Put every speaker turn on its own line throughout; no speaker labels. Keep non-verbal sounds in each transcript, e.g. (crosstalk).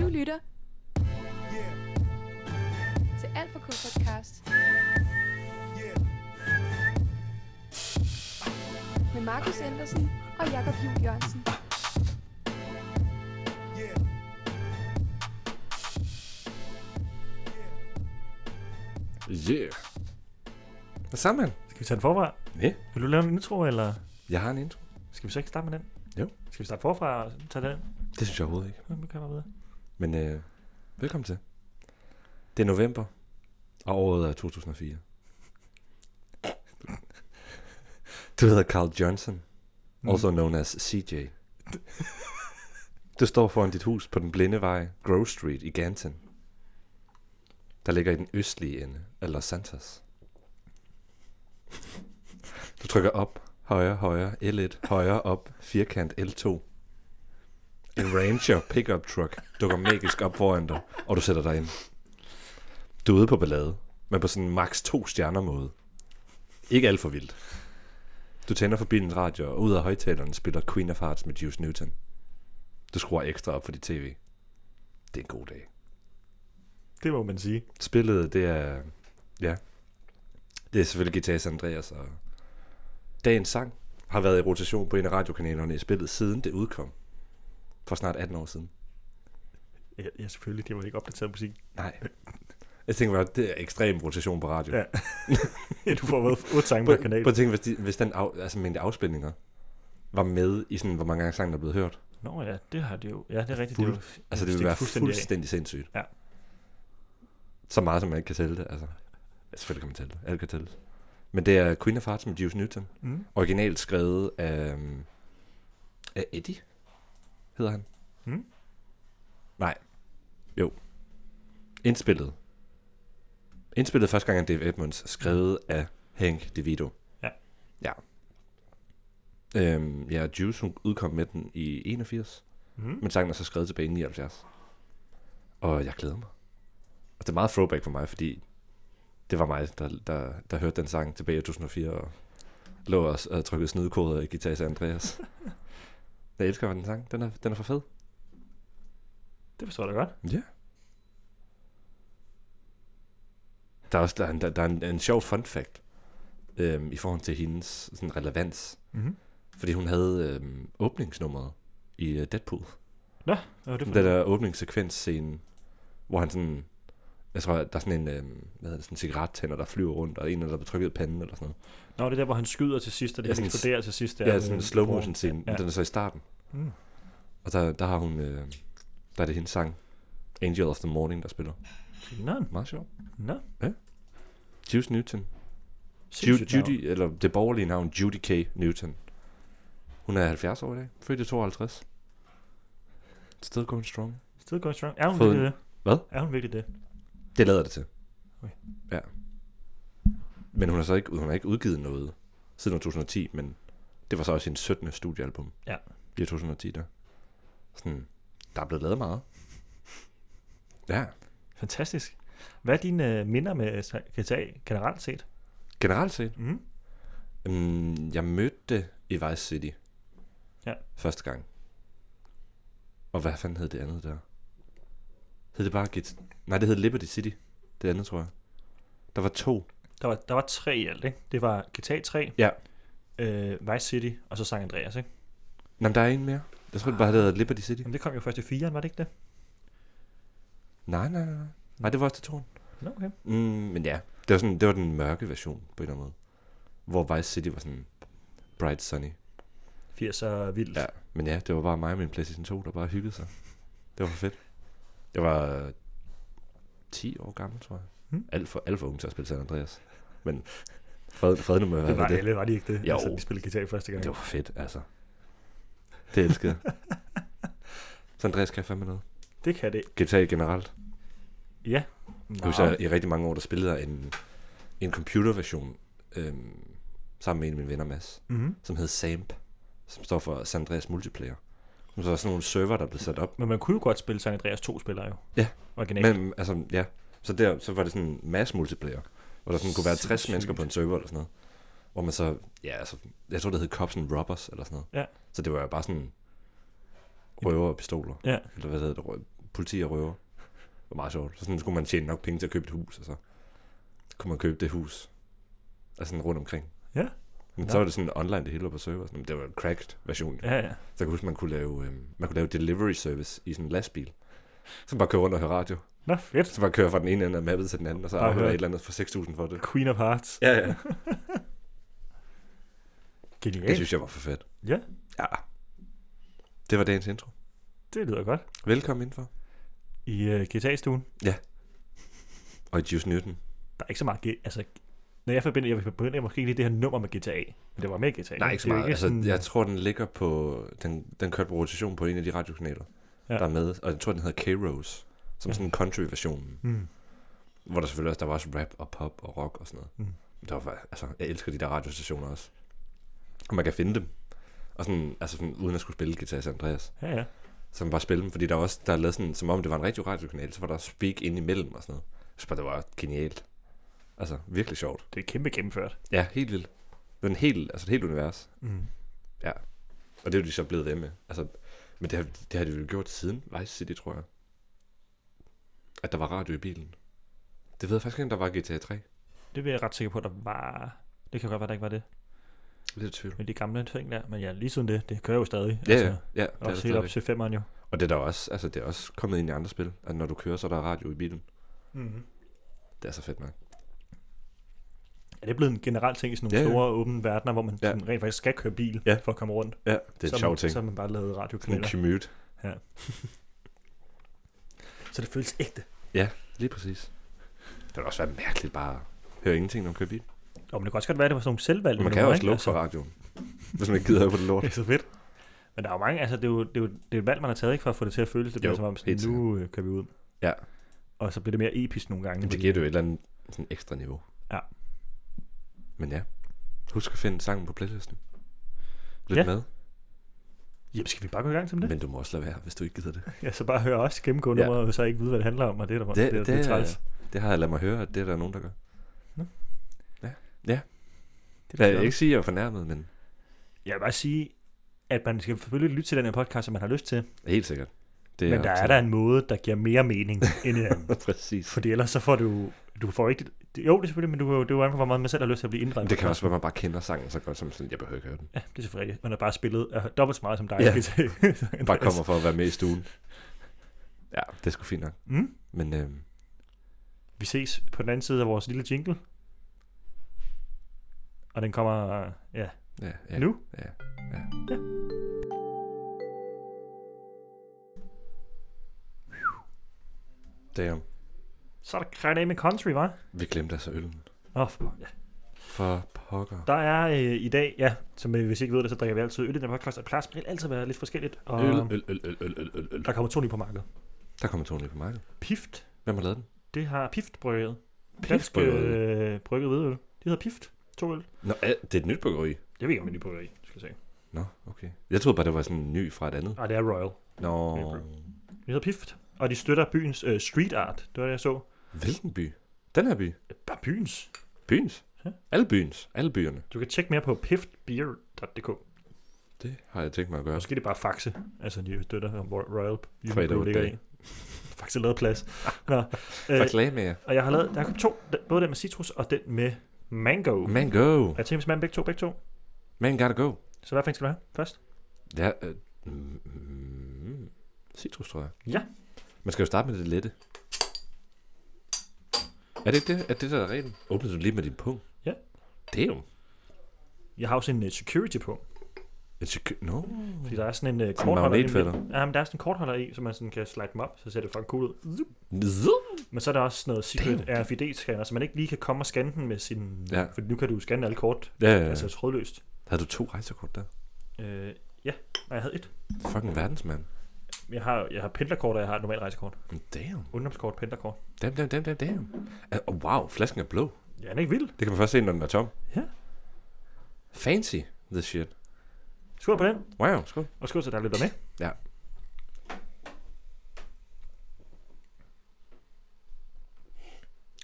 lytter til Alt for K podcast med Markus Andersen og Jakob Juhl Jørgensen.
Yeah. Hvad så, mand?
Skal vi tage den forfra?
Ja.
Vil du lave en intro, eller
Jeg har en intro.
skal vi så ikke starte med den?
Jo.
Skal vi starte forfra og tage den?
Det synes jeg overhovedet ikke.
Nu kan jeg bare videre.
Men øh, velkommen til. Det er november, og året er 2004. Du hedder Carl Johnson, mm. also known as CJ. Du står foran dit hus på den blinde vej, Grove Street i Ganton. Der ligger i den østlige ende af Los Santos. Du trykker op, højre, højre, L1, højre, op, firkant, L2. En Ranger pickup truck dukker magisk op foran dig, og du sætter dig ind. Du er ude på ballade, men på sådan en max to stjerner måde. Ikke alt for vildt. Du tænder for bilens radio, og ud af højtalerne spiller Queen of Hearts med Juice Newton. Du skruer ekstra op for dit tv. Det er en god dag.
Det må man sige.
Spillet, det er... Ja. Det er selvfølgelig Guitar Andreas, og... Dagens sang har været i rotation på en af radiokanalerne i spillet, siden det udkom. For snart 18 år siden.
Ja, ja selvfølgelig. De var ikke opdateret musik. (laughs)
Nej. Jeg tænker bare, det er ekstrem rotation på radio.
Ja. ja, du får været otte sange
Prøv
på kanalen.
prøv at tænke, hvis, de, hvis den af, altså mængde afspilninger var med i sådan, hvor mange gange sangen der er blevet hørt.
Nå ja, det har det jo. Ja, det er rigtigt.
Fuld-
det er jo,
Altså, det
stik
ville være
fuldstændig af.
fuldstændig, fuldstændig sindssygt.
Ja.
Så meget, som man ikke kan tælle det. Altså, Ja, selvfølgelig kan man tælle det. Alt kan tælles. Men det er Queen of Hearts med Juice Newton.
Mm.
Originalt skrevet af, øhm, af Eddie, hedder han.
Mm.
Nej. Jo. Indspillet. Indspillet første gang af Dave Edmunds, skrevet af Hank DeVito.
Ja.
Ja. Øhm, ja, Juice hun udkom med den i 81,
Mm.
men sangen er så skrevet tilbage i 79. Og jeg glæder mig. Og det er meget throwback for mig, fordi det var mig, der, der, der hørte den sang tilbage i 2004, og lå og, og trykkede snydekoder i Guitar til Andreas. jeg elsker den sang. Den er, den er for fed.
Det forstår jeg da godt.
Ja. Der er også der er en, der, der er en, en sjov fun fact øhm, i forhold til hendes sådan, relevans.
Mm.
Fordi hun havde øhm, åbningsnummeret i uh, Deadpool.
Nå, det
Den
for...
der åbningssekvensscene, hvor han sådan... Jeg tror, der er sådan en, øhm, hvad hedder det, sådan en cigarettænder, der flyver rundt, og en, der er betrykket i panden eller sådan noget.
Nå, det er der, hvor han skyder til sidst, og det
Ja,
ja,
sådan-
eksploderer til sidst.
Ja, det er sådan en slow motion scene,
Ja.
ja. den er så i starten.
Mm.
Og der, der har hun, øh, der er det hendes sang, Angel of the Morning, der spiller.
Nå,
Meget sjov.
nå.
Juice Newton. Ju-
Sindssygt navn.
Judy, eller det borgerlige navn, Judy K. Newton. Hun er 70 år i dag, født i 52. Still going strong.
Still going strong. Er hun
Fået-
virkelig det?
Hvad?
Er hun virkelig det?
Det lader det til.
Okay.
Ja. Men hun har så ikke, hun har ikke udgivet noget siden 2010, men det var så også hendes 17. studiealbum.
Ja.
I 2010 der. Sådan, der er blevet lavet meget. Ja.
Fantastisk. Hvad er dine øh, minder med øh, GTA generelt set?
Generelt set,
Mm.
Mm, jeg mødte det i Vice City.
Ja.
Første gang. Og hvad fanden hed det andet der? Hed det bare Git? Nej, det hed Liberty City. Det andet, tror jeg. Der var to.
Der var, der var tre i alt, ikke? Det var GTA 3,
Ja.
øh, Vice City og så San Andreas, ikke?
Nå, men der er en mere. Jeg tror det bare, det hedder Liberty City.
Jamen, det kom jo først i 4'eren, var det ikke det?
Nej, nej, nej. nej. Nej, det var også til toen.
Nå, okay.
Mm, men ja, det var, sådan, det var den mørke version på en eller anden måde. Hvor Vice City var sådan bright sunny.
80 er vildt.
Ja, men ja, det var bare mig og min PlayStation 2, der bare hyggede sig. Det var for fedt. Jeg var øh, 10 år gammel, tror jeg.
Hmm.
Alt, for, alt for ung til at spille San Andreas. Men fred, fred nu med
det var
det.
alle, var de ikke det?
Jo.
Altså, de spillede guitar første gang.
Det var fedt, altså. Det elskede (laughs) jeg. San Andreas kan jeg fandme noget.
Det kan det.
GTA generelt.
Ja.
Jeg husker, jeg i rigtig mange år, der spillede jeg en, en computerversion øhm, sammen med en af mine venner, Mads.
Mm-hmm.
som hed SAMP, som står for San Andreas Multiplayer. Så var der sådan nogle server, der blev sat op.
Men man kunne jo godt spille San Andreas to spillere jo.
Ja.
Originalt. Men...
Men, altså, ja. Så, der, så var det sådan en mass multiplayer, hvor der sådan kunne være 60
Sindssygt.
mennesker på en server eller sådan noget. Hvor man så, ja, altså, jeg tror det hed Cops and Robbers eller sådan noget.
Ja.
Så det var jo bare sådan røver og pistoler,
Ja.
eller hvad hedder det, rø- politi og røver. Det var meget sjovt. Så sådan skulle man tjene nok penge til at købe et hus, og så kunne man købe det hus. Altså sådan rundt omkring.
Ja.
Men
Nå.
så var det sådan online, det hele var på server. Sådan, det var en cracked version.
Ja, ja.
Så jeg kan huske, man kunne lave, øh, man kunne lave delivery service i sådan en lastbil. Så bare køre rundt og høre radio.
Nå, fedt.
Så bare køre fra den ene ende af mappet til den anden, og så
Bare
afhører
høre.
et eller andet for 6.000 for det.
Queen of Hearts.
Ja, ja. Det
Genialt.
synes jeg var for fedt.
Ja.
Ja. Det var dagens intro.
Det lyder godt.
Velkommen indenfor.
I uh, GTA-stuen,
Og i Juice Newton.
der er ikke så meget... G- altså, når jeg forbinder, jeg forbinder måske ikke lige det her nummer med GTA, men det var med i GTA.
Nej, ikke så
Det er
meget. Altså,
sådan-
jeg tror, den ligger på... Den, den kørte på rotation på en af de radiokanaler,
Ja.
ja. der er med. Og jeg tror, den hedder K-Rose, som
Ja.
ja. sådan country-versionen.
Mm.
Hvor der selvfølgelig også, der var også rap og pop og rock og sådan noget.
Mm.
Mm. Der var, fa- altså, jeg elsker de der radiostationer også. Og man kan finde dem. Og sådan, altså sådan, uden at skulle spille guitar til Andreas.
Ja, ja.
Så man bare spille dem, fordi der er også, der er lavet sådan, som om det var en rigtig radiokanal, så var der også speak ind imellem og sådan noget. Så bare, det var genialt. Altså, virkelig sjovt.
Det er kæmpe gennemført.
Ja, helt vildt. Det er en helt, altså et helt univers.
Mm.
Og det er jo de så blevet ved med. Altså, men det har, det har de jo gjort siden Vice City, tror jeg. At der var radio i bilen. Det ved jeg faktisk ikke, om der var GTA 3.
Det er jeg ret sikker på, at der var... Det kan godt være, der ikke var det.
Lidt i tvivl.
Med de gamle ting der. Men ja, lige siden det, det kører jo stadig.
Ja, ja, ja. Det er Altså, der
Også helt op
stadigvæk.
til femmeren jo.
Og det er der også, altså det er også kommet ind i andre spil, at når du kører, så er der radio i bilen.
Mm-hmm.
Det er så fedt nok.
Er det blevet en generel ting i sådan nogle
Ja,
ja,
ja.
store åbne verdener, hvor man
Ja.
ja. sådan rent faktisk skal køre bil
Ja.
ja. for at komme rundt?
Ja, det er
så,
en
har
sjov
man-
ting.
Så har man bare lavet
Sådan en
radiokanaler.
commute.
Så det føles ægte.
Lige præcis. Det vil også være mærkeligt bare at høre ingenting, når man kører bil.
Og men det kan også godt være, at det var sådan nogle
Men
selvvalgte.
man altså. kan jo
numre,
også
ikke? Altså,
lukke for radioen, hvis man ikke gider høre på det lort. (laughs)
Det er så fedt. Men der er jo mange, altså det er jo, det er jo det er et valg, man har taget, ikke for at få det til at føles, det bliver
Jo,
som om, sådan,
helt sikkert.
nu øh, kører vi ud.
Ja.
Og så bliver det mere episk nogle gange. øh,
Jamen, det
fordi-
giver det jo et eller andet sådan ekstra niveau.
Ja.
Men ja, husk at finde sangen på playlisten. Lyt
Ja.
ja. med,
Jamen, skal vi bare gå i gang til det?
men du må også lade være, hvis du ikke gider det.
Ja, så bare høre os gennemgå
Ja.
nummeret, og så ikke vide, hvad det handler om, og det er der det, det, det, er træls.
det har jeg ladet mig høre, at det er der nogen, der gør.
Det er
Jeg vil
fjollet.
ikke sige, at jeg er fornærmet, men
Jeg vil bare sige, at man skal selvfølgelig lytte til den her podcast, som man har lyst til,
helt sikkert. Det
men der er der en måde, der giver mere mening (laughs) end en anden.
(laughs) Præcis.
Fordi ellers så får du, du får ikke, dit- jo det er selvfølgelig, men du, det er jo an på, hvor meget man selv har lyst til at blive inddraget.
Men det kan også være, at man bare kender sangen så godt, som sådan, jeg behøver ikke høre den.
Ja, det er selvfølgelig rigtigt. Man har bare spillet uh, dobbelt så meget som dig.
Ja.
skal jeg sige.
(laughs) Bare kommer for at være med i stuen. Ja, det er sgu fint nok.
Mm.
Men øh,
Vi ses på den anden side af vores lille jingle. Og den kommer, øh, ja,
ja,
ja.
ja,
nu.
Ja. Damn.
Så er der Crying med Country, var?
Vi glemte altså øllen.
Åh, for, ja.
For pokker.
Der er øh, i dag, ja, som øh, hvis I ikke ved det, så drikker vi altid øl i den her podcast, og plads vil altid være lidt forskelligt. Og
Øl, øl, øl, øl, øl, øl, øl, øl.
Der kommer to nye på markedet.
Der kommer Tony på markedet.
Pift,
Hvem har lavet den?
det har Pift brygget.
Pift
Dansk
Bryggeri?
øh, brygget hvidøl. Det hedder Pift, to øl.
Nå, er- det er et nyt bryggeri.
Jeg ved ikke, om det er bryggeri, skal jeg sige.
Nå, okay. Jeg troede bare, det var sådan en ny fra et andet.
Nej, det er Royal.
Nå,
Det hedder Pift, og de støtter byens øh, street art. Det var det, jeg så.
hvilken by? Den her by?
Bare byens.
Byens?
Ja.
Alle byens? Alle byerne?
Du kan tjekke mere på piftbeer.dk.
Det har jeg tænkt mig at gøre.
Måske det er bare Faxe, altså de støtter om hvor Royal
Fredag
Unibrew ligger
dag.
i. Faxe lavede (laughs) plads. Nå, øh,
Reklame
og jeg har, lavet, jeg har købt to, den- både den med citrus og den med mango.
Man go.
Og jeg tænker, hvis man begge to, begge to,
Man gotta go.
så hvad fanden skal du have først?
Ja, øh, mm, mm, citrus, tror jeg.
Ja.
Man skal jo starte med det lette. Er det ikke det? Er det der er reglen? Åbner du lige med din pung?
Ja.
Det er jo...
Jeg har også en uh, security på,
Et sekund. No.
fordi der er sådan en uh,
Mm. Sådan en
kortholder i.
magnetfælder.
midten. Ja, men der er sådan en kortholder i, så man sådan kan slide dem op, så ser det fucking cool ud. Zup.
Zoom.
Men så er der også sådan noget secret RFID-scanner, så man ikke lige kan komme og scanne den med sin...
Ja.
For nu kan du scanne alle kort,
Ja, ja,
ja.
ja.
altså trådløst.
Havde du to rejsekort der?
Øh, ja, og jeg havde et.
Fucking verdensmand.
Jeg har, jeg har pendlerkort, og jeg har et normalt rejsekort.
Damn.
Ungdomskort, pendlerkort.
Damn, damn, damn, damn, damn. Ah, Og wow, flasken er blå.
Ja, han er ikke vild.
Det kan man først se, når den er tom.
Ja.
Fancy, this shit.
Skål på den,
Wow, skål.
og skål til dig, der lytter med.
Ja.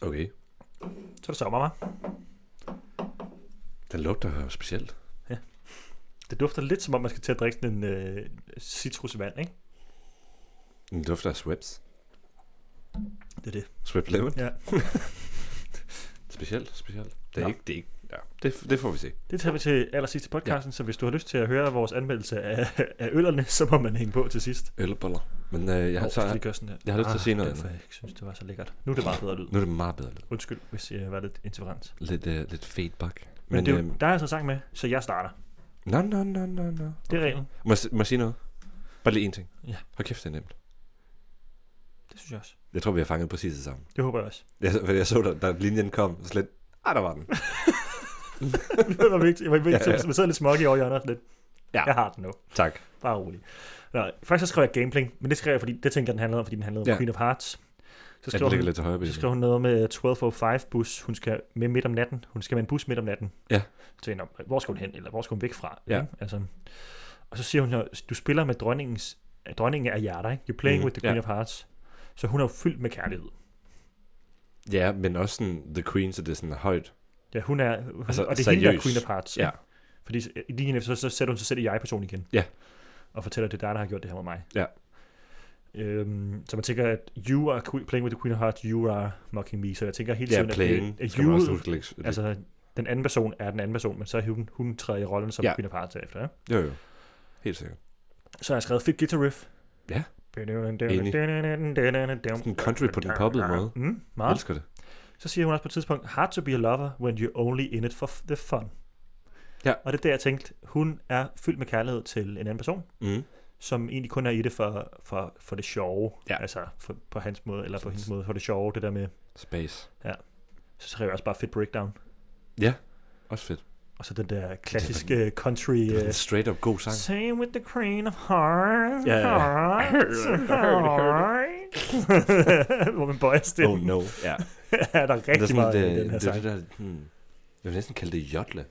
Okay.
Så er det sommer, hva'?
Den lugter jo specielt.
Det dufter lidt, som om man skal til at drikke sådan en øh, citrusvand, ikke?
Den dufter af Schweppes.
Det er det.
Schweppes Lemon.
Ja.
(laughs) Specielt, specielt. Det er
Nå.
ikke, det er ikke, ja. Det, det får vi se.
Det tager vi til allersidst i podcasten, ja. så hvis du har lyst til at høre vores anmeldelse af, af øllerne, så må man hænge på til sidst.
Ølboller. Men øh, jeg,
Hov,
har, så,
skal lige gøre sådan der.
jeg har lyst til at sige noget
Derfor,
andet.
jeg ikke synes, det var så lækkert. Nu er det meget bedre lyd.
nu er det meget bedre. lyd.
Undskyld, hvis jeg var lidt intolerant.
Lidt, øh, lidt fedt bak.
Men, Men det,
øhm,
er jo- der er altså sang med, så jeg starter.
Nå, nå, nå, nå, nå.
Det er reglen.
Må, jeg s- må jeg sige noget? Bare lige en ting.
Ja.
Hold kæft, det er nemt.
Det synes jeg også.
Jeg tror, vi har fanget præcis det samme. (laughs)
Det håber jeg også. (laughs)
Jeg, så- jeg så, da, da linjen kom, så slet... Ah, der var den.
det var vigtigt. Jeg var vigtigt.
Ja,
Ja,
ja.
ja. sidder lidt smuk i over hjørnet. Lidt.
Ja.
Jeg har den nu.
Tak.
Bare rolig. Nå, faktisk så skrev jeg gambling, men det skrev jeg, fordi det tænker jeg, den handlede om, fordi den handlede om
Ja.
ja. Queen of Hearts. Så
Ja,
skrev,
den ligger
hun,
lidt til højre
så
benet.
skrev hun noget med 12.05-bus, hun skal med midt om natten. Hun skal med en bus midt om natten.
Ja.
Så nå, hvor skal hun hen, eller hvor skal hun væk fra?
Ja.
ikke? Altså, og så siger hun, at du spiller med dronningens, dronningen af hjerter, ikke? You're playing
Mhm,
mm, with the Queen
ja.
ja. of Hearts. Så hun er jo fyldt med kærlighed.
Ja, men også sådan The Queen, så det er sådan højt.
Ja, hun er, hun,
Altså,
altså, og det er hende, der er
seriøs.
Queen of Hearts.
Ja.
Fordi s- lige efter, så sætter hun sig selv i jeg-person igen.
Ja.
Og fortæller, at det er dig, der har gjort det her med mig.
Ja.
Øhm, så man tænker, at you are que- playing with the Queen of Hearts, you are mocking me. Så jeg tænker hele
Ja,
tiden,
playing.
at, det, at
Skal man
you,
også huske, lægge-
altså den anden person er den anden person, men så er hun, hun træder i rollen som
Ja.
ja. Queen of Hearts derefter. Ja?
Jo, jo. Helt sikkert.
Så har jeg skrevet fedt guitar riff.
Ja.
Sådan
Sådan country på den poppede måde.
Mm,
Jeg
meget.
elsker det.
Så siger hun også på et tidspunkt, hard to be a lover when you're only in it for f- the fun.
Ja.
Og det er der, jeg tænkte, hun er fyldt med kærlighed til en anden person,
Mm.
som egentlig kun er i det for, for, for det sjove.
Ja.
Altså for, på hans måde, eller på hendes måde, for det sjove, det der med,
Space.
så skriver jeg også bare fedt breakdown.
Også fedt.
Og så den der klassiske country...
Det er
øh,
en straight up god sang.
Same with the Queen of Hearts.
Ja, ja, ja.
hearts,
heard it, I
hearts. (laughs) Hvor man bøjer stemmen.
Oh
(laughs)
no. Ja.
er der
Det er
rigtig
sådan,
meget
det,
i den her
det, er
sang.
det der, hmm, jeg vil næsten kalde det jodle.
Jamen,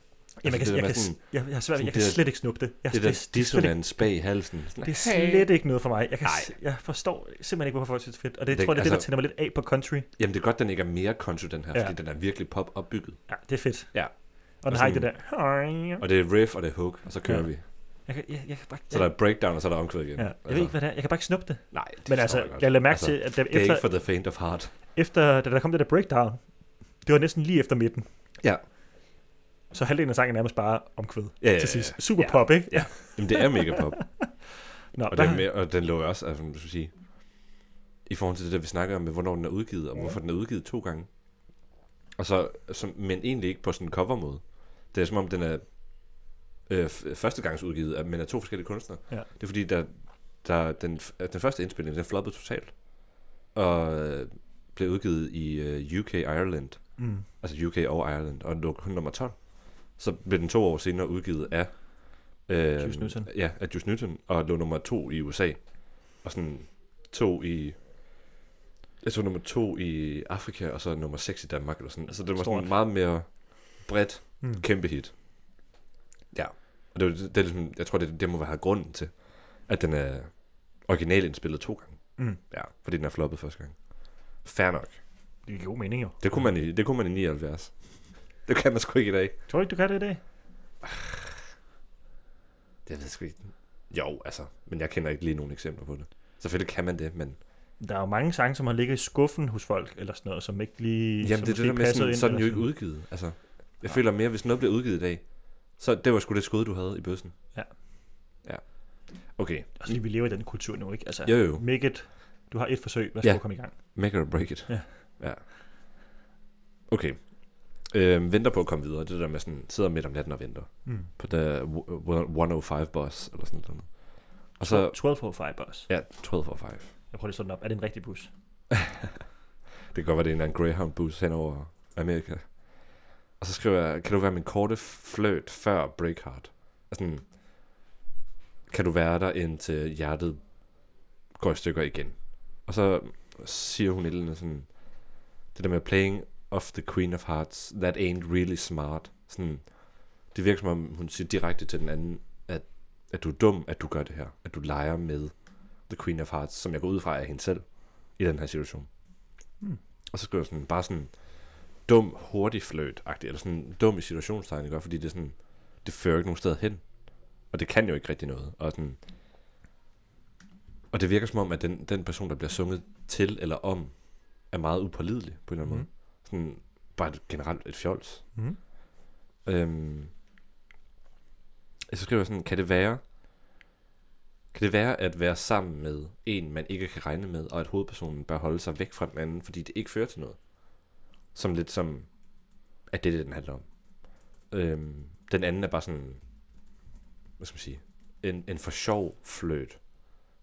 det
jeg, kan,
der
jeg,
med
kan,
sådan-
jeg, jeg, har svært,
sådan
jeg kan
det der-
slet ikke snuppe det.
Det
Jeg, det,
der
det, det, er slet ikke,
dissonans bag i halsen. Sådan,
det er slet ikke noget for mig. Jeg, kan,
Nej.
s- jeg forstår simpelthen ikke, hvorfor folk synes det er fedt. Og det,
Det-
det tror jeg, det er det, der
altså-
tænder mig lidt af på country.
Jamen det er godt, den ikke er mere country, den her,
Ja.
fordi den er virkelig pop opbygget.
Ja, det er fedt.
Ja.
Og den
Og
har ikke det
sådan-
der...
Og det er riff, og det er hook, og så kører
Ja.
vi.
Jeg, kan, jeg, jeg, kan bare,
Så der er breakdown, og så er der omkvæd igen. Altså,
ja, jeg ved ikke, hvad det er. Jeg kan bare ikke snuppe det.
Nej, det
Men
forstår
altså,
jeg godt.
jeg lader mærke
Altså,
til, at der,
Det er
efter,
ikke for the faint of heart.
efter, da der kom det der breakdown, det var næsten lige efter midten.
Ja.
Så halvdelen af sangen er nærmest bare omkvæd
Ja, ja,
til sidst.
ja.
Super
Ja.
pop, ikke?
Ja. Jamen det er mega pop.
Nå,
Og,
der,
den, med, og den lå jo også, altså, man skal sige, i forhold til det der, vi snakker om, med hvornår den er udgivet, og hvorfor den er udgivet to gange. Og så, som, men egentlig ikke på sådan en covermåde. Det er som om, den er øh, f- første gangs udgivet, af- men af to forskellige kunstnere.
Ja.
Det er fordi, der, der den, f- at den første indspilning, den floppede totalt. Og øh, blev udgivet i øh, UK Ireland,
mm,
altså UK og Ireland, og den lå kun nummer 12. Så blev den to år senere udgivet af... Øh,
Juice Newton.
Ja, af Juice Newton, og lå nummer to i USA. Og sådan to i... Jeg tror nummer to i Afrika, og så nummer 6 i Danmark, eller sådan. Altså det var
Stort.
sådan meget mere bredt,
mm.
kæmpe hit. Ja. Og det, var- det, det er ligesom, jeg tror, det, det må være grunden til, at den er originalindspillet to gange.
Mm.
Ja, fordi den er floppet første gang. Fair nok.
Det er jo god mening, jo.
Det kunne man i, det kunne man i 79. Det kan man sgu ikke i dag.
Tror du ikke, du kan det i dag?
Det ved jeg sgu ikke. Jo, altså, men jeg kender ikke lige nogen eksempler på det. Selvfølgelig kan man det, men...
Der er jo mange sange, som har ligget i skuffen hos folk, eller sådan noget, som ikke lige
Jamen,
som
det er det
måske
der med,
passede
sådan,
ind,
sådan
eller
jo ikke udgivet. Altså, jeg føler mere, hvis noget bliver udgivet i dag, så det var sgu det skud, du havde i bøssen.
Ja.
Ja. Okay,
Altså, lige vi lever i den kultur nu, ikke? Altså,
Jo, jo.
Make it. Du har et forsøg, hvad skal
Ja.
ja. du komme i gang?
make it or break it.
Ja.
ja. Okay. Øhm, venter på at komme videre. Det der med sådan, sidder midt om natten og venter.
Mm.
På der 105-bus, eller sådan noget. Og
Så...
så...
1245 bus.
Ja, oh 12 for 5.
Jeg prøver lige sådan op. Er det en rigtig bus?
Det kan godt være, det er en eller anden Greyhound-bus hen over Amerika. Og så skriver jeg, kan du være min korte fløjt før Breakheart? Altså, kan du være der indtil hjertet går i stykker igen? Og så siger hun et eller andet sådan, det der med playing of the Queen of Hearts, that ain't really smart. Sådan, det virker som om, hun siger direkte til den anden, at, at du er dum, at du gør det her. At du leger med the Queen of Hearts, som jeg går ud fra er hende selv i den her situation. Og så skriver jeg sådan, bare sådan dum, hurtig fløjt eller sådan dum i situationstegn, ikke? fordi det er sådan, det fører ikke nogen sted hen. Og det kan jo ikke rigtig noget. Og sådan, Og det virker som om, at den, den person, der bliver sunget til eller om, er meget upålidelig på en eller anden
Mhm.
måde. Sådan, bare et- generelt et fjols.
Mm.
Øhm, så skriver jeg sådan, kan det være, kan det være at være sammen med en, man ikke kan regne med, og at hovedpersonen bør holde sig væk fra den anden, fordi det ikke fører til noget? Som lidt som, at det er det, den handler om. Øhm, den anden er bare sådan, hvad skal man sige, en, en for sjov fløt.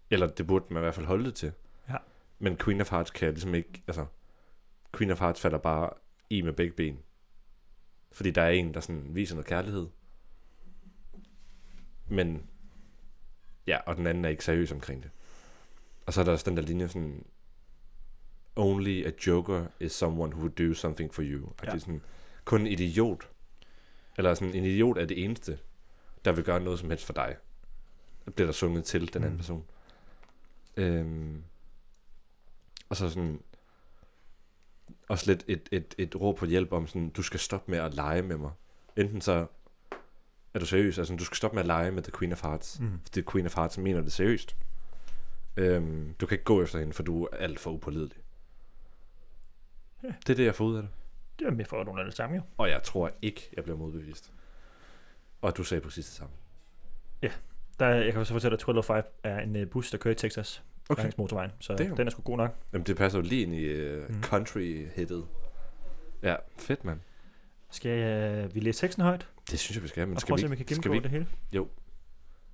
Eller det burde man i hvert fald holde det til.
Ja.
Men Queen of Hearts kan ligesom ikke, altså, Queen of Hearts falder bare i med begge ben. Fordi der er en, der sådan viser noget kærlighed. Men, ja, og den anden er ikke seriøs omkring det. Og så er der også den der linje sådan, only a joker is someone who would do something for you. Og
Ja.
det er sådan, kun en idiot, eller sådan, en idiot er det eneste, der vil gøre noget som helst for dig. Det bliver der sunget til den anden
Mm.
mm. person. Øhm, og så sådan, også lidt et, et, et råb på hjælp om sådan, du skal stoppe med at lege med mig. Enten så er du seriøs, altså du skal stoppe med at lege med The Queen of Hearts,
Mm.
fordi Queen of Hearts mener det seriøst. Øhm, du kan ikke gå efter hende, for du er alt for upålidelig.
Ja.
Det er det, jeg får ud af det.
Det er mere for nogle af det samme, jo.
Og jeg tror ikke, jeg bliver modbevist. Og du sagde præcis det samme.
Der, er- jeg kan så fortælle, at 1205 er en øh, bus, der kører i Texas okay. langs motorvejen, så
Det er jo-
den er sgu god nok.
Jamen, det passer jo lige ind i uh,
Mm.
country-hittet. Ja, fedt mand.
Skal øh, vi læse teksten højt?
Det synes jeg, vi skal have, men
og
skal
prøve at
vi,
se, om vi kan
ikke-
gennemgå
skal vi
det hele?
Jo.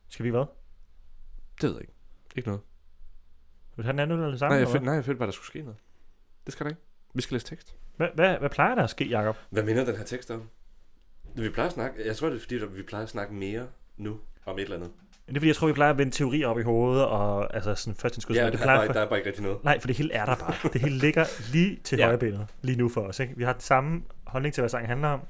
Skal vi hvad?
Det ved jeg ikke. Ikke noget.
Vil du have den anden eller det samme?
Nej jeg,
eller
følte, nej, jeg følte bare, der skulle ske noget. Det skal der ikke. Vi skal læse tekst.
hvad? Hvad, hvad, hvad plejer der at ske, Jacob?
Hvad minder den her tekst om? Vi plejer at snakke, jeg tror, det er fordi, vi plejer at snakke mere nu om et eller andet.
Det er fordi, jeg tror, vi plejer at vende teorier op i hovedet, og altså sådan først en skudsmål.
Ja,
det
der,
plejer,
er bare, der er bare ikke rigtig noget.
Nej, for det hele er der bare. Det hele ligger lige til
(laughs)
ja.
Ja.
højre benet, lige nu for os. Ikke? Vi har den samme holdning til, hvad sangen handler om.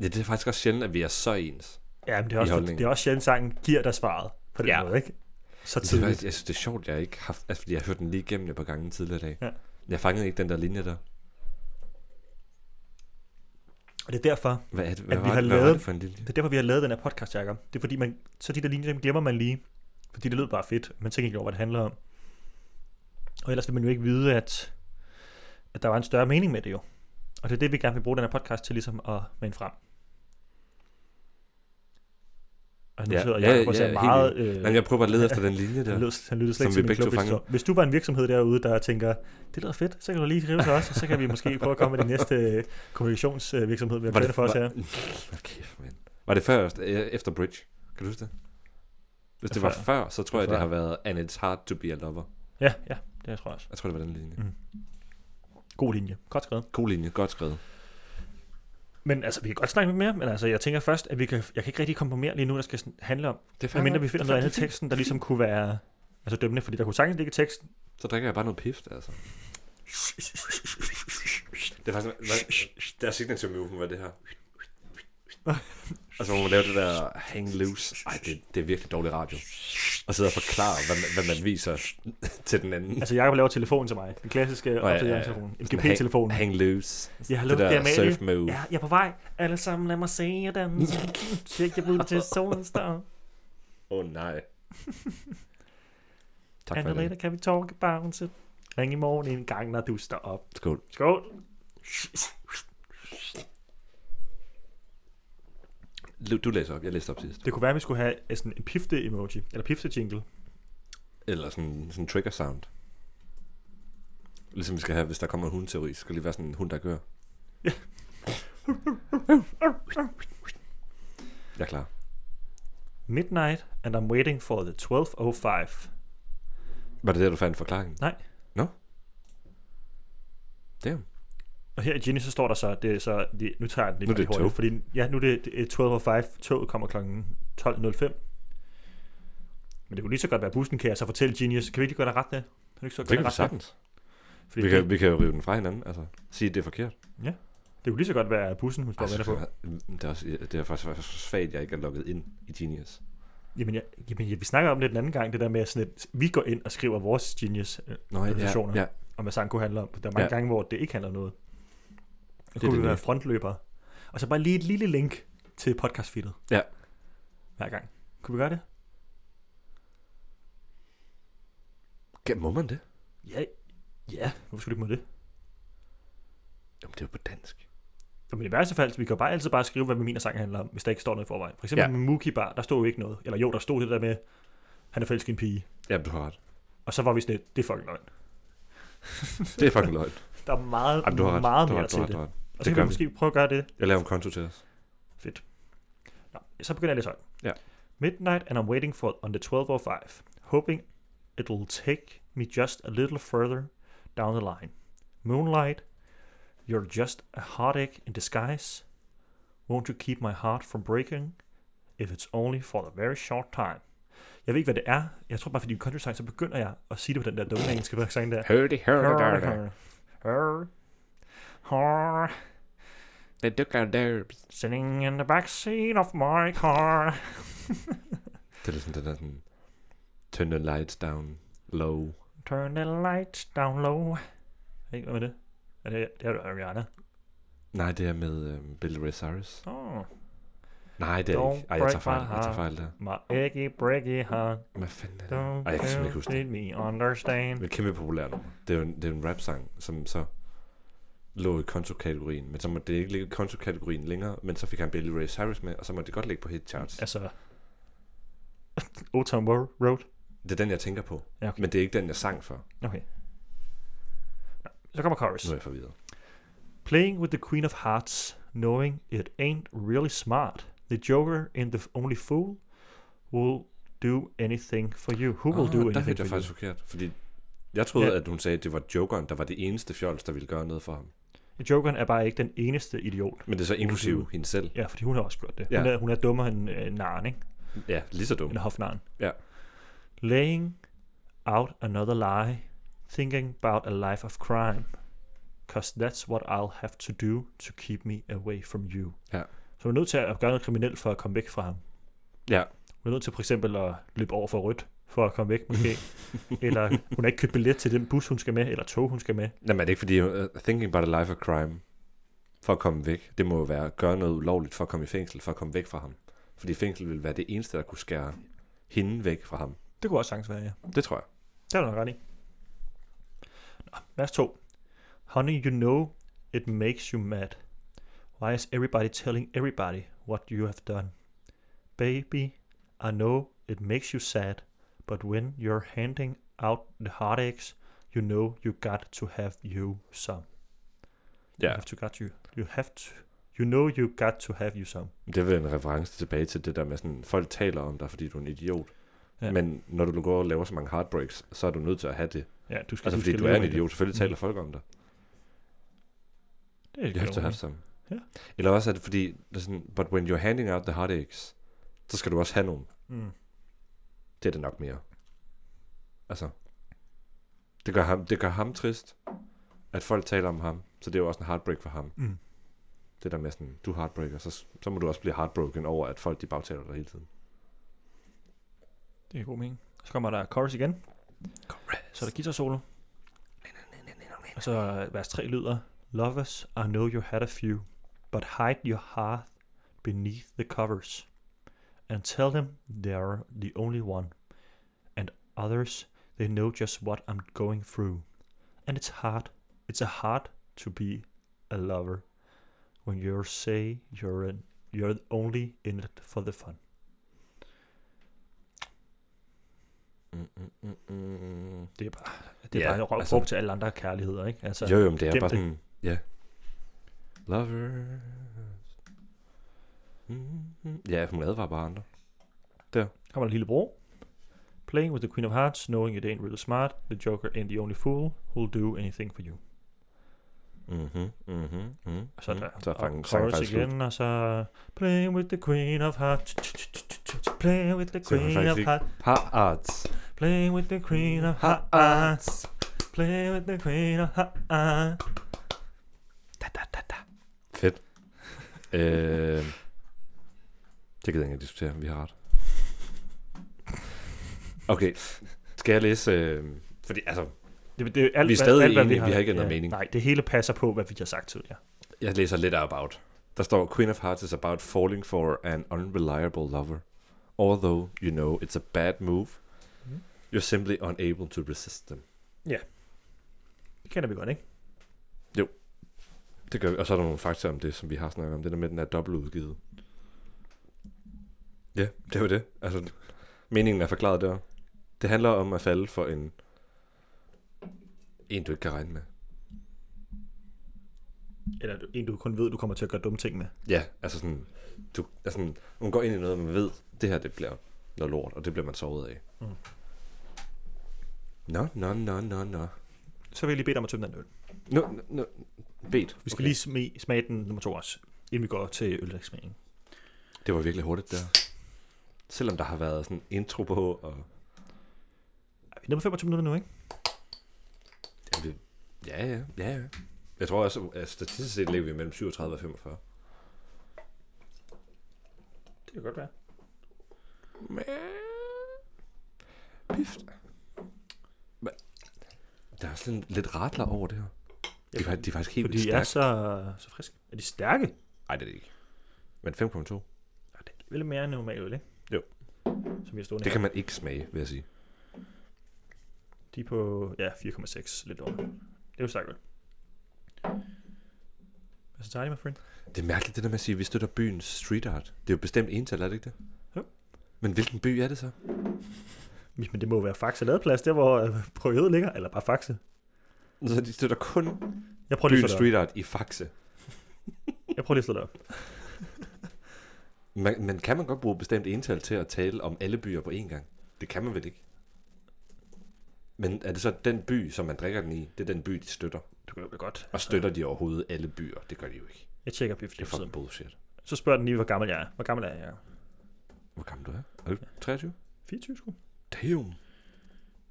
Ja, det er faktisk også sjældent, at vi er så ens.
Ja, men det er
I
også,
holdningen.
det er også sjældent, sangen giver dig svaret på den ja.
Ja.
måde, ikke? Så
Det er,
tidligt.
faktisk, jeg synes, det er sjovt, jeg ikke har haft... Altså, fordi jeg har hørt den lige igennem et par gange tidligere i dag.
Ja.
Jeg fangede ikke den der linje der.
Og det er derfor,
Hvad er det, hvad
At vi
var,
har
det, hvad var
lavet-
det for en linje?
det er derfor, vi har lavet den her podcast, Jacob. Det er fordi, man, så de der linjer, dem glemmer man lige. Fordi det lød bare fedt. Man tænker ikke over, hvad det handler om. Og ellers vil man jo ikke vide, at, at der var en større mening med det jo. Og det er det, vi gerne vil bruge den her podcast til ligesom at mane frem. Og nu
Ja,
ja, sidder
ja,
Jacob og
ja,
ser
helt
meget... Øh,
Jamen, (laughs) jeg prøver bare at lede efter den linje der.
Han lød, han lyttede slet
Som vi
ikke til min
begge to
klublister.
fangede.
Hvis du var en virksomhed derude, der tænker, det lyder fedt, så kan du lige skrive til os, og så kan vi måske prøve at komme med din næste øh, kommunikationsvirksomhed, vi har planer for os her.
(laughs) var, kæft, man. var det før eller e- efter Bridge? Kan du huske det? Hvis det var
Før.
før, så tror jeg,
Før.
det har været And it's hard to be a lover.
Ja, ja, det tror jeg også.
Jeg tror, det var den linje.
Mm. God linje. Godt skrevet.
God linje, godt skrevet.
Men altså, vi kan godt snakke lidt mere, men altså, jeg tænker først, at vi kan, jeg kan ikke rigtig komprimere lige nu, der skal sådan handle om,
Det er fair
medmindre
nok.
vi finder
Det er
noget
fair-
andet i
det er
teksten, der ligesom kunne være altså dømmende, fordi der kunne sagtens ligge i teksten.
fint. Så drikker jeg bare noget pift, altså. Det er faktisk... Hvad, der er signature move, var det her. Og så må man lave det der hang loose. Ej, det, det er virkelig dårlig radio. Og sidde og forklare, hvad, man- hvad man viser til den anden.
Altså, Jacob laver telefonen til mig. Den klassiske
Mm. Nå, ja, ja, ja.
opdagelsestelefon. En
Sådan hang-
GP-telefon.
Hang loose.
Jeg har
Det
lukket det,
der
Amalie.
surf move. Mm.
Ja, jeg er på vej. Alle sammen, lad mig se den. Tjek,
(laughs)
jeg ud til solen står.
Åh oh, nej. tak for
And
det.
later kan vi talk about it. Ring i morgen en gang, når du står op.
Skål.
Skål.
Lu- Du læser op, jeg læste op sidst.
Det kunne være, at vi skulle have øh, sådan en pifte-emoji, eller pifte-jingle.
Eller sådan sådan en trigger sound. Ligesom vi skal have, hvis der kommer en hundteori, så skal det lige være sådan en hund, der gør.
Ja.
jeg er klar.
Midnight, and I'm waiting for the 12.05.
Var det der, du fandt forklaringen?
Nej.
Nå? Damn.
Og her i Genie, så står der så, det er så det, nu tager jeg den lidt
Nu er det et
hurtigt,
tog.
fordi ja, nu er det, det er 12.05, toget kommer kl. 12.05. Men det kunne lige så godt være bussen, kan jeg så fortælle Genius. Kan vi ikke lige gøre det ret det? Kan du ikke så
Det
gøre
kan
det
vi
ret det?
sagtens.
Fordi
Vi
det,
kan, vi kan jo rive den fra hinanden, altså. Sige, at det er forkert.
det kunne lige så godt være bussen, hun står
Altså,
og venter på.
det, er også, det er faktisk faktisk svagt, at jeg ikke er logget ind i Genius.
Jamen, jeg, jamen jeg, vi snakker om det den anden gang, det der med, sådan at vi går ind og skriver vores genius, øh,
Nå,
Relationer.
ja,
om hvad sang kunne handle om. Der er mange ja.
Ja.
gange, hvor det ikke handler om noget.
Det
Der kunne
er
vi
det
være
nye.
frontløbere. Og så bare lige et lille link til podcastfeedet.
Ja.
Hver gang. Kunne vi gøre det?
Skal, må man det?
Ja, ja. Hvorfor skulle du ikke må det?
Jamen, det er jo på dansk.
Jamen, i værste fald, så vi kan jo bare altid bare skrive, hvad vi mener sangen handler om, hvis der ikke står noget i forvejen. For eksempel
Ja.
ja. med Mookie Bar, der stod jo ikke noget. Eller jo, der stod det der med, han er forelsket i en pige.
Jamen, du har ret.
Og så var vi sådan lidt, det er fucking løgn.
Det er fucking løgn.
Der er meget,
Jamen, du har ret.
meget
du har
mere
ret, du
til
har ret,
det.
du har ret.
Og
Det
så
gør vi.
kan vi måske prøve at gøre det.
Jeg laver en konto til os.
Fedt. Nå, så begynder jeg lidt sådan.
Ja.
Midnight and I'm waiting for on the 12.05. Hoping it'll take me just a little further down the line. Moonlight, you're just a heartache in disguise. Won't you keep my heart from breaking? If it's only for a very short time. Jeg ved ikke, hvad det er. Jeg tror bare, fordi vi sang, så begynder jeg at sige det på den der dumme engelske (laughs) sang der.
Hør det, hør
Hør. Hør.
Det dukker der.
Sitting in the backseat of my car.
Det er lidt sådan den der sådan... Turn the lights down low.
Turn the lights down low. Hey, hvad med det? Er det, det er du Ariana?
Nej, det er med øhm, Billy Ray Cyrus.
Oh.
Nej, det er
Don't
ikke. Ej, jeg tager
break
fejl.
my
Jeg tager
heart.
fejl der.
My eggy breaky heart.
Hvad fanden er det?
Don't
Ej, jeg kan simpelthen ikke
you
huske det.
need me understand.
Men kæmpe populær nummer. Det er jo en, det er en rap-sang, som så lå i kontokategorien, men så måtte det ikke ligge i kontokategorien længere, men så fik han Billy Ray Cyrus med, og så måtte det godt ligge på hit charts. Altså,
Altså... (laughs) Old Town Ro- Road.
det er den, jeg tænker på.
Ja, okay.
Men det er ikke den, jeg sang for.
Okay. Nå, Så kommer chorus.
Nu er jeg forvirret.
Playing with the Queen of Hearts, knowing it ain't really smart. The Joker and the only fool will do anything for you. Who will do
Ah, der hørte
anything for
jeg
you?
faktisk forkert, fordi jeg troede,
Ja.
at hun sagde, at det var jokeren, der var det eneste fjols, der ville gøre noget for ham.
Jokeren er bare ikke den eneste idiot.
Men det er så inklusive hende selv.
Ja, fordi hun har også gjort det.
Ja.
Ja. Hun, er, hun er dummere end øh, naren, ikke?
Ja, lige så dum.
End hofnaren.
Ja.
Laying out another lie, thinking about a life of crime. Cause that's what I'll have to do to keep me away from you.
Ja.
Så hun er nødt til at gøre noget kriminelt for at komme væk fra ham.
Ja.
Hun er nødt til for eksempel at løbe over for rødt for at komme
(laughs)
væk måske. eller hun har ikke købt billet til den bus, hun skal med, eller tog, hun skal med.
Nej, men det er ikke fordi, uh, thinking about a life of crime, for at komme væk, det må jo være at gøre noget ulovligt for at komme i fængsel, for at komme væk fra ham. Fordi fængsel ville være det eneste, der kunne skære hende væk fra ham.
Det kunne også sagtens være, ja.
Det tror jeg.
Det har du nok ret i. Nå, vers 2. Honey, you know it makes you mad. Why is everybody telling everybody what you have done? Baby, I know it makes you sad, but when you're handing out the heartaches, you know you got to have you some.
Ja,
You have to got you. You have to. You know you got to have you some.
det er vel en reference tilbage til det der med sådan, folk taler om dig, fordi du er en idiot. Ja.
Ja.
Men når du går og laver så mange heartbreaks, så er du nødt til at have det.
Ja, du skal
Altså fordi
skal
du
leve
er en
med det.
idiot, selvfølgelig
Mm.
taler folk om dig.
Det er
You have to have
ikke
some.
Ja.
Eller også er det fordi, det er sådan, but when you're handing out the heartaches, så skal du også have nogle.
mm.
Det er det nok mere. Altså, det gør ham, det gør ham trist, at folk taler om ham. Så det er jo også en heartbreak for ham.
Mm.
Det der med sådan, du er heartbreaker, så, så må du også blive heartbroken over, at folk de bagtaler dig hele tiden.
Det er god mening. Så kommer der chorus igen. Så er der guitar solo. Og så øh, vers 3 lyder. Lovers, I know you had a few, but hide your heart beneath the covers. And tell them they are the only one. And others, they know just what I'm going through. And it's hard, it's a hard to be a lover when you say you're in, you're only in it for the fun.
Mm, mm, mm, mm.
Det er bare, det er
Ja,
bare røv
altså-
altså, til alle andre kærligheder, ikke? Altså,
Jo, jo, men det er
gem
bare
det.
sådan, ja. Lover. Mm, mm. Ja, hun advarer bare andre.
Kommer der lille bro. Playing with the Queen of Hearts, knowing it ain't really smart, the Joker ain't the only fool, who'll do anything for you.
Mhm, mhm, mhm.
Og så er
mhm.
der
så er
og
fangen, sangen
chorus
faktisk slut.
igen, og så... Playing with the Queen of Hearts, playing with the
Så er hun
Queen
faktisk
of
ikke-
Hearts,
Hearts.
playing with the Queen of Hearts,
Hearts.
playing with the Queen of Hearts.
Fedt. (laughs) øh, det gider jeg ikke at diskutere. Vi har ret. Okay. Skal jeg læse... Øh, fordi, altså,
Det, det er alt,
Vi er
hvad-
stadig
alt, hvad
enige, vi har ikke ændret
ja,
mening.
Nej, det hele passer på, hvad vi har sagt tidligere.
jeg læser lidt af about. Der står, Queen of Hearts is about falling
Mm.
for an unreliable lover. Although you know it's a bad move, You're simply unable to resist them.
Det kender vi godt, ikke?
Det gør vi. Og så er der nogle fakta om det, som vi har snakket om. Det der med, at den er dobbeltudgivet. Ja, det var det. Altså, meningen er forklaret der. Det handler om at falde for en... En, du ikke kan regne med.
Eller en, du kun ved, du kommer til at gøre dumme ting med.
Ja, altså sådan... Du, altså sådan, man går ind i noget, man ved, det her det bliver noget lort, og det bliver man såret af.
Mm.
Mm. Nå, nå, nå, nå, nå.
Så vil jeg lige bede dig om at tømme den øl.
Nå, nå, nå. Bedt.
Vi skal okay. lige smage, smage den nummer to også, inden vi går til øldriksmagen.
Det var virkelig hurtigt der. Selvom der har været sådan intro på, og...
Er vi nede på 25 minutter nu, ikke?
Ja, vi, ja, ja, ja, ja. Jeg tror også, at statistisk set ligger vi mellem 37 og 45.
Det kan godt være.
Men... Pift. Men... Der er sådan lidt ratler over det her. De er, fak- de er faktisk helt
Fordi
vildt
de er
stærke.
så, så friske. Er de stærke?
Nej, det er det ikke. Men 5,2.
Nå, Det er lidt mere end normalt, øl, ikke?
Jo.
Som vi har stående
Det
her.
kan man ikke smage, vil jeg sige.
De er på ja, 4,6 lidt over. Det er jo stærkt godt. Hvad så tager de, my friend?
Det er mærkeligt, det der med at sige, at vi støtter byens street art. Det er jo bestemt ental, er det ikke det?
Jo.
Men hvilken by er det så?
Men det må jo være Faxe Ladeplads, der hvor øh, prøvet ligger, eller bare Faxe.
Så de støtter kun
Jeg prøver lige
byens
at slå det
street art i Faxe.
op. Jeg prøver lige at slå det op.
Men, men kan man godt bruge bestemt ental til at tale om alle byer på én gang? Det kan man vel ikke? Men er det så den by, som man drikker den i, det er den by, de støtter?
Du kan jo godt.
Og støtter de overhovedet alle byer? Det gør de jo ikke.
Jeg tjekker Biff
Det er fucking
for...
bullshit.
Så spørger den lige, hvor gammel jeg er. Hvor gammel er jeg?
Hvor gammel du er? Er du 23?
24 sgu.
Damn.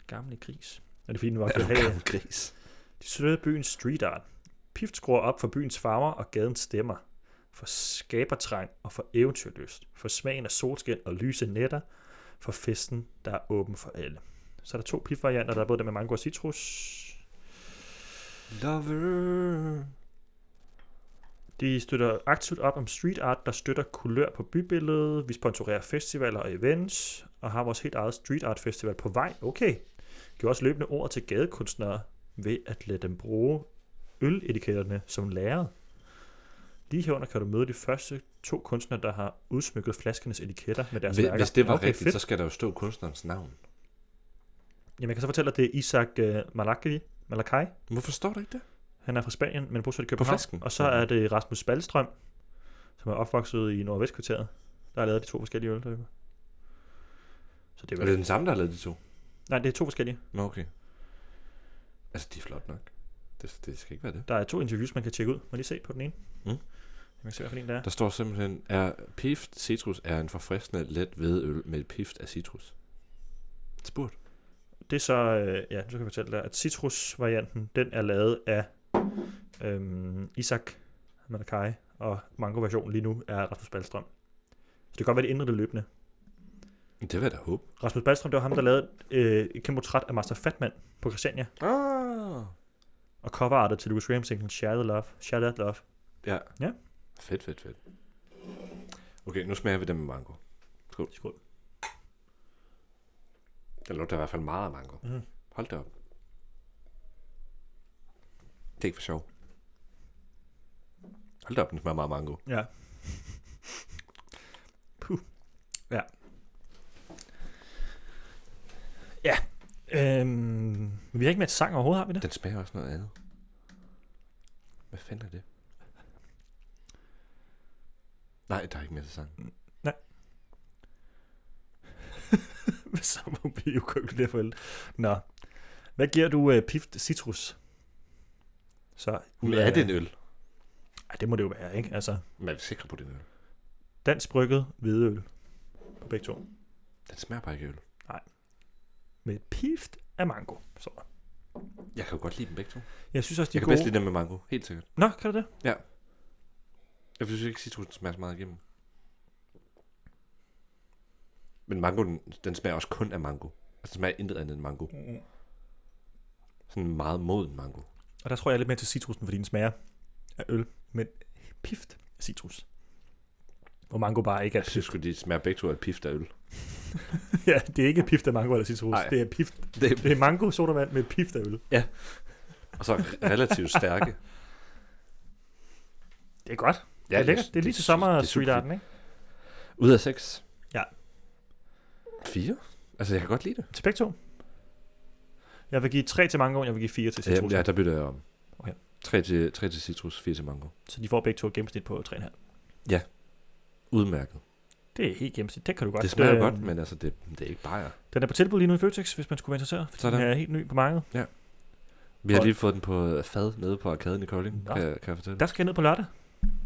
Gamle gris. Er det fordi, den var
Er du
hey,
gammel gris?
De støttede byens street art. Pift skruer op for byens farver og gadens stemmer. For skabertrang og for eventyrlyst. For smagen af solskin og lyse nætter. For festen, der er åben for alle. Så er der to pift-varianter. Der er både den med mango og citrus.
Lover.
De støtter aktivt op om street art, der støtter kulør på bybilledet. Vi sponsorerer festivaler og events, og har vores helt eget street art festival på vej. Okay. Giver også løbende ord til gadekunstnere ved at lade dem bruge øletiketterne som lærer. Lige herunder kan du møde de første to kunstnere, der har udsmykket flaskernes etiketter med deres
Hvis,
værker.
hvis det var
okay,
okay, rigtigt,
fedt.
så skal der jo stå kunstnerens navn.
Jamen, jeg kan så fortælle, at det er Isaac øh, Malakai, Malakai.
Hvorfor står der ikke det?
Han er fra Spanien, men bosat i København.
flasken?
Og så er det Rasmus Spalstrøm, som er opvokset i Nordvestkvarteret, der har lavet de to forskellige øldrykker. Så det er
Er
vel...
det den samme, der har lavet de to?
Nej, det er to forskellige.
Nå, okay. Altså, de er flot nok. Det, det skal ikke være det.
Der er to interviews, man kan tjekke ud. Må jeg lige se på den ene?
Mm.
Jeg kan se, hvilken en der er.
Der står simpelthen, er pift citrus er en forfriskende let hvedeøl med et pift af citrus. Spurgt.
Det er så, øh, ja, så kan jeg fortælle dig, at citrus-varianten, den er lavet af øhm, Isaac Malakai, og mango-versionen lige nu er Rasmus Balstrøm. Så det kan godt være, det ændrer det løbende.
Det vil jeg da håbe.
Rasmus Balstrøm, det var ham, der lavede øh, et kæmpe portræt af Master Fatman på Christiania.
Ah.
og coverartet til Lucas Graham singlen Shattered Love. Shattered Love.
Ja.
Ja.
Fedt, fedt, fedt. Okay, nu smager vi dem med mango.
Skål.
Der lugter i hvert fald meget af mango.
Mhm.
Hold da op. Det er ikke for sjov. Hold da op, den smager meget af mango. (laughs)
Ja. Puh. Ja. Ja. Øhm, vi har ikke med et sang overhovedet, har vi det?
Den smager også noget andet. Hvad fanden er det? Nej, der er ikke mere til sang.
(laughs) så må vi jo købe det for Nå. Hvad giver du uh, Pift Citrus? Så, ud af-
Er det en øl?
Ej, det må det jo være, ikke? Altså,
Man er sikker på, det er en øl.
dansk brygget hvedeøl på begge to.
Den smager bare ikke af øl.
Med pift af mango, står der.
Jeg kan jo godt lide dem begge to.
Jeg synes også, de
Jeg kan
er gode.
bedst lide dem med mango, helt sikkert.
Nå, kan du det?
Jeg synes ikke, citrusen smager så meget igennem. Men mango, den, den smager også kun af mango. Altså, den smager intet andet end mango.
Mm.
Sådan meget moden mango.
Og der tror jeg lidt mere til citrusen, fordi den smager af øl, men pift af citrus. Hvor mango bare ikke er
Jeg synes sgu, de smager begge to af et pift af øl.
(laughs) ja, det er ikke pift af mango eller citrus.
Nej.
Det er, pift,
Det,
det er mango sodavand med pift af øl.
og så relativt stærke.
Det er godt. Ja, det er lækkert. Det er lige til
det
sommer
er
street
superfedt.
arten, ikke?
Ud af seks?
Ja.
Fire? Altså, jeg kan godt lide det.
Til begge to. Jeg vil give 3 til mangoen, jeg vil give 4 til citrus.
Jamen,
Ja,
ja,
ja.
der bytter jeg om.
Okay.
Tre til, tre til citrus, fire til mango.
Så de får begge to et gennemsnit på 3,5.
Udmærket.
Det er helt gennemsnit. Det kan du godt.
Det smager jo
Øh,
godt, men altså, det, det er ikke bajer.
Den er på tilbud lige nu i Føtex, hvis man skulle være interesseret. For
Sådan.
den er helt ny på markedet.
Vi har
Og-
lige fået den på øh, fad nede på arkaden i Kolding,
Nå.
kan, jeg- kan jeg fortælle.
Der skal jeg ned på lørdag.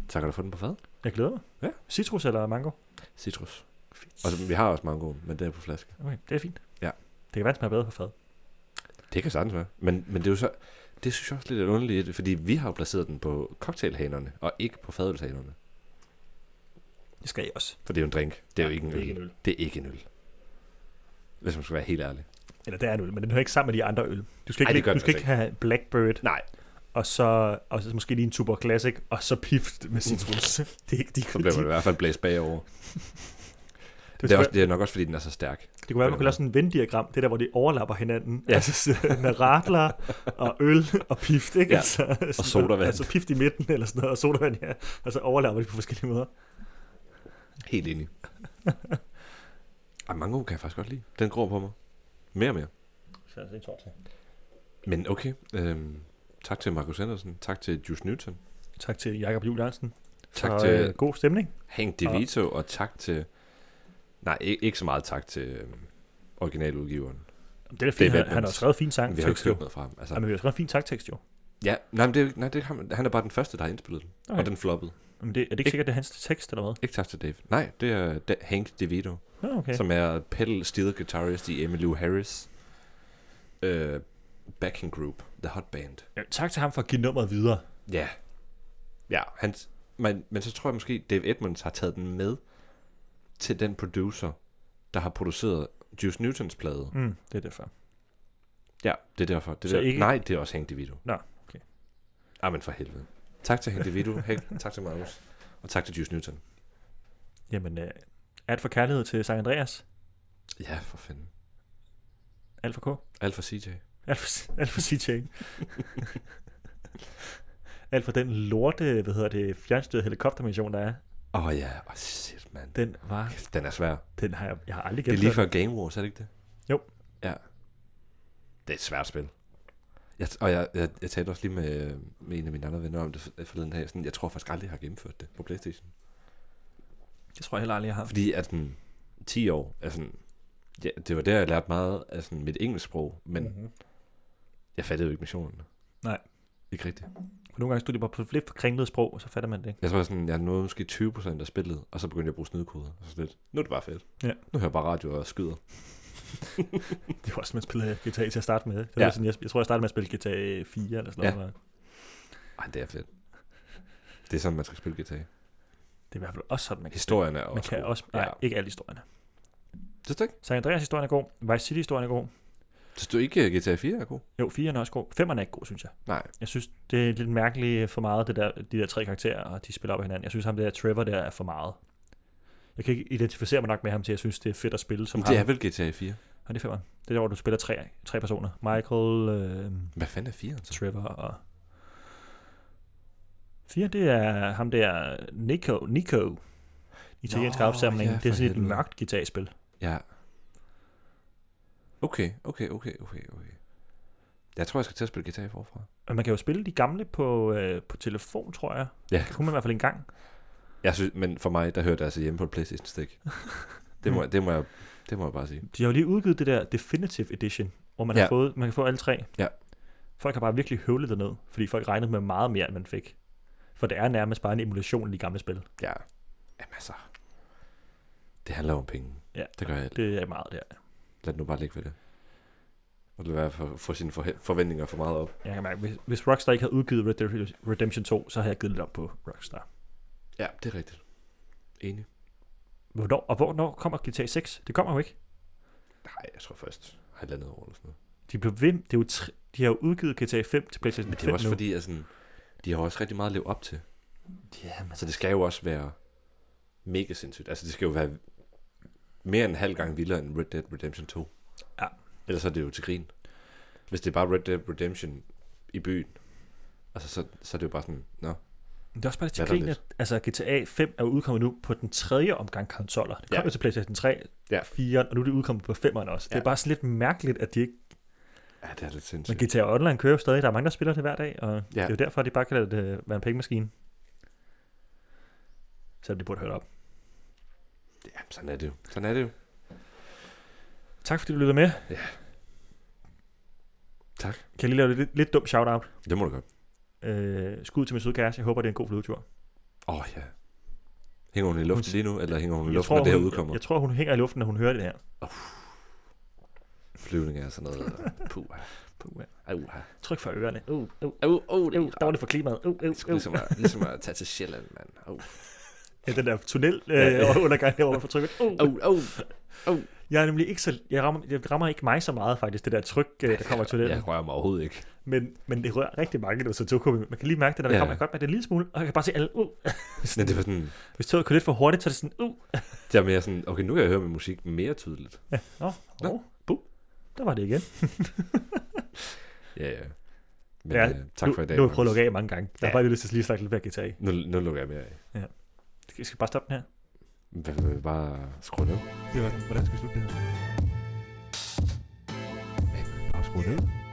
Så kan du få den på fad.
Jeg glæder mig.
Ja.
Citrus eller mango?
Citrus.
Fedt.
Og så, vi har også mangoen, men den er på flaske.
Okay, det er fint.
Ja.
Det kan være, den smager bedre på fad.
Det kan sagtens være. Men, men det er jo så... Det synes jeg også lidt er underligt, i det, fordi vi har jo placeret den på cocktailhanerne, og ikke på fadølshanerne.
Det skal jeg også.
For det er jo en drink. Det er jo ikke en
Det er ikke
øl.
en øl.
Det er ikke en øl. Hvis man skal være helt ærlig.
Eller det er en øl, men den hører ikke sammen med de andre øl. Du skal ikke,
Ej, det gør
du
den
skal
altså
ikke have Blackbird,
Nej.
og så, og så måske lige en Tuborg Classic, og så pift med citrus. (laughs) det er ikke de,
Mm. Så bliver man i
de,
hvert fald blæst bagover.
det,
Det er, også, det er nok også, fordi den er så stærk.
Det kunne være, man kunne lave sådan en Venn-diagram, det der, hvor de overlapper hinanden. Ja.
Ja.
Altså sådan med radler og øl og pift, ikke?
Ja.
Altså, sådan,
sodavand.
Altså pift i midten eller sådan noget, og sodavand, ja. Og så overlapper de på forskellige måder.
Helt
(laughs)
enig. Ej, mango kan jeg faktisk godt lide. Den gror på mig. Mere og mere.
Så er det en tår til.
Men okay. Øhm, tak til Markus Andersen. Tak til Just Newton.
Tak til Jakob Juhl Jørgensen.
Tak
for,
til
øh, god stemning.
Hank DeVito. Og tak til... Nej, ikke, ikke så meget tak til øhm, originaludgiveren.
Det er da fint, han,
Batmans.
han har skrevet fin sang.
Vi har jo ikke
tekst, jo.
hørt noget fra ham. Altså,
Jamen, vi har skrevet en fin taktekst, jo.
ja, nej, men det, er jo ikke- nej, det er ham, han er bare den første, der har indspillet den. Okay.
Okay.
Og den floppede.
Jamen, det, er det ikke
Ikke-
sikkert, det er hans tekst, eller hvad?
Ikke tak til Dave. Nej, det er da- Hank DeVito.
Nå, okay.
okay. som er pedal steel guitarist i Emmylou Harris øh, backing group, The Hot Band.
Ja, tak til ham for at give nummeret videre.
Ja. Ja, han, men, men så tror jeg måske, Dave Edmonds har taget den med til den producer, der har produceret Juice Newtons plade.
Mm, det er derfor.
Ja, det er derfor. Det
Så
der.
ikke-
Nej, det er også Hank DeVito.
Nå, okay.
Ej, men for helvede. Tak til Hank DeVito, (laughs) Hank, tak til Magnus, og tak til Juice Newton.
Jamen, øh, alt for kærlighed til Sankt Andreas.
Ja, for fanden.
Alt for K.
Alt for CJ.
Alt for, (laughs) alt for CJ. alt for den lorte, hvad hedder det, fjernstyrede helikoptermission, der er.
Åh oh, ja, oh, shit, mand.
Den var,
Kæft, Den er svær.
den har jeg, jeg har aldrig
Det er
gennemført.
lige før Game Wars, er det ikke det?
Jo.
Ja. Det er et svært spil. Jeg, og jeg, jeg, jeg talte også lige med, øh, med en af mine andre venner om det for- forleden dag. Sådan, jeg tror faktisk aldrig, jeg har gennemført det på Playstation.
Det tror jeg heller aldrig, jeg har.
Fordi at sådan, 10 år, altså, ja, det var der, jeg lærte meget af sådan, mit engelsk sprog, men
Mhm.
mm-hmm. jeg fattede jo ikke missionerne.
Nej.
Ikke rigtigt.
For nogle gange stod det bare på et lidt kringlet sprog, og så fatter man det ikke.
Jeg tror sådan, jeg nåede måske 20% af spillet, og så begyndte jeg at bruge snydekoder. Og så lidt, nu er det bare fedt.
Ja.
Nu hører jeg bare radio og skyder.
Det var også, man spillede GTA til at starte med. Det var
Ja.
sådan, jeg, jeg, tror, jeg startede med at spille GTA 4 eller sådan
Ja.
noget.
Ej, det er fedt. Det er sådan, man skal spille guitar.
Det er i hvert fald også sådan, man kan
Historien er også
Man kan
god.
også, nej,
Ja.
ikke alle historierne.
Synes du ikke?
Sankt Andreas historien er god, Vice City historien er god.
Synes du ikke, at GTA 4 er god?
Jo, 4'eren er også god. 5'eren er ikke god, synes jeg.
Nej.
Jeg synes, det er lidt mærkeligt øh, for meget, det der, de der tre karakterer, og de spiller op af hinanden. Jeg synes, ham der Trevor der er for meget. Jeg kan ikke identificere mig nok med ham til, at jeg synes, det er fedt at spille som
Som det er
ham.
vel GTA 4.
Og det er 5'eren. Det er der, hvor du spiller tre, tre personer. Michael, øh,
Hvad fanden er 4'eren så?
Trevor og... 4, det er ham der Nico, Nico. Italiensk
Nå,
afstemning.
ja,
det er
for
sådan et
helvede.
mørkt guitarspil.
Ja. Okay, okay, okay, okay, okay. Jeg tror, jeg skal til at spille GTA forfra.
Og man kan jo spille de gamle på, øh, på telefon, tror jeg.
Ja.
Det kunne man i hvert fald engang.
Jeg synes, men for mig, der hører det altså hjemme på et Playstation
(laughs)
stik. Det må, det må, jeg, det må jeg bare sige.
De har jo lige udgivet det der Definitive Edition, hvor man, ja.
Ja.
har fået, man kan få alle tre.
Ja.
Folk har bare virkelig høvlet det ned, fordi folk regnede med meget mere, end man fik. For det er nærmest bare en emulation af de gamle spil.
Ja. Jamen altså. Det handler om penge.
Ja.
Det gør jeg alt.
Det er meget der.
Lad det nu bare ligge ved det. Og det være for, for sine forhe- forventninger for meget op.
Jeg kan mærke, hvis, hvis Rockstar ikke havde udgivet Red Dead Redemption 2, så havde jeg givet lidt op på Rockstar.
Ja, det er rigtigt. Enig.
Hvornår, og hvornår kommer GTA 6? Det kommer jo ikke.
Nej, jeg tror først halvandet år eller sådan noget.
De blev ved. Det er jo tre, de har jo udgivet GTA 5 til PlayStation 5
Men det er også
nu.
fordi, at sådan, de har også rigtig meget at leve op til.
Jamen,
Så det skal jo også være mega sindssygt. Altså, det skal jo være mere end en halv gang vildere end Red Dead Redemption 2.
Ja.
Ellers er det jo til grin. Hvis det er bare Red Dead Redemption i byen, altså, så, så er det jo bare sådan, nå,
Det er også bare det til
Hvad er der
grin, at altså GTA 5 er jo udkommet nu på den tredje omgang konsoller. Det kom
Ja.
ja. jo til PlayStation 3,
Ja.
4, og nu er det udkommet på 5'eren også. Ja. Det
Ja.
er bare sådan lidt mærkeligt, at de ikke...
ja, det er lidt
Men
sindssygt.
GTA Online kører jo stadig, der er mange, der spiller det hver dag, og ja. det er jo derfor, at de bare kan lade det øh, være en pengemaskine. Selvom det burde høre op.
Ja, sådan er det jo. Sådan er det jo.
Tak fordi du lyttede med.
Tak.
Kan jeg lige lave et lidt, lidt dumt shout-out?
Det må du godt.
Øh, skud til min søde kæreste. Jeg håber, det er en god flyvetur.
Åh, oh, ja. Hænger hun i luften lige nu, eller hænger hun i
jeg,
luften,
tror,
når det her
hun,
udkommer?
jeg tror, hun hænger i luften, når hun hører det her.
Flyvning er sådan noget. Puh.
Puh, ja.
Au, au,
Tryk for ørerne. Uh, uh, uh,
au, au, det er
uh,
rart.
dårligt for klimaet. Uh, uh,
Det er sgu
uh.
ligesom, at, ligesom at tage til Sjælland, mand. Au,
Ja, den der tunnel
Ja,
øh,
ja.
(laughs) undergang der, hvor man får trykket. Uh.
au, au.
Jeg er nemlig ikke så... Jeg rammer, jeg rammer ikke mig så meget, faktisk, det der tryk, øh, der kommer i tunnelen. Ja.
Jeg rører mig overhovedet ikke.
Men, men det rører rigtig mange, når så tog Man kan lige mærke det, når man
Ja.
ja. kommer. Jeg kan godt mærke det en lille smule, og jeg kan bare se alle... Uh.
Men det var sådan,
Hvis toget kører lidt for hurtigt, så er det sådan... Uh.
det var mere sådan, okay, nu kan jeg høre min musik mere tydeligt.
Nå,
Nå,
oh, buh. Der var det igen.
Ja, ja. Men ja,
Ja,
øh, tak
nu,
for i dag.
Nu har jeg
Magnus.
prøvet at lukke af mange gange. Jeg har
Ja.
bare lige lyst til lige at slakke lidt væk guitar i.
Nu, nu lukker jeg mere af.
Skal skal vi bare stoppe den her?
Hvad vil vi bare skrue ned?
Det var, hvordan skal vi slutte det her?
Bare skrue ned?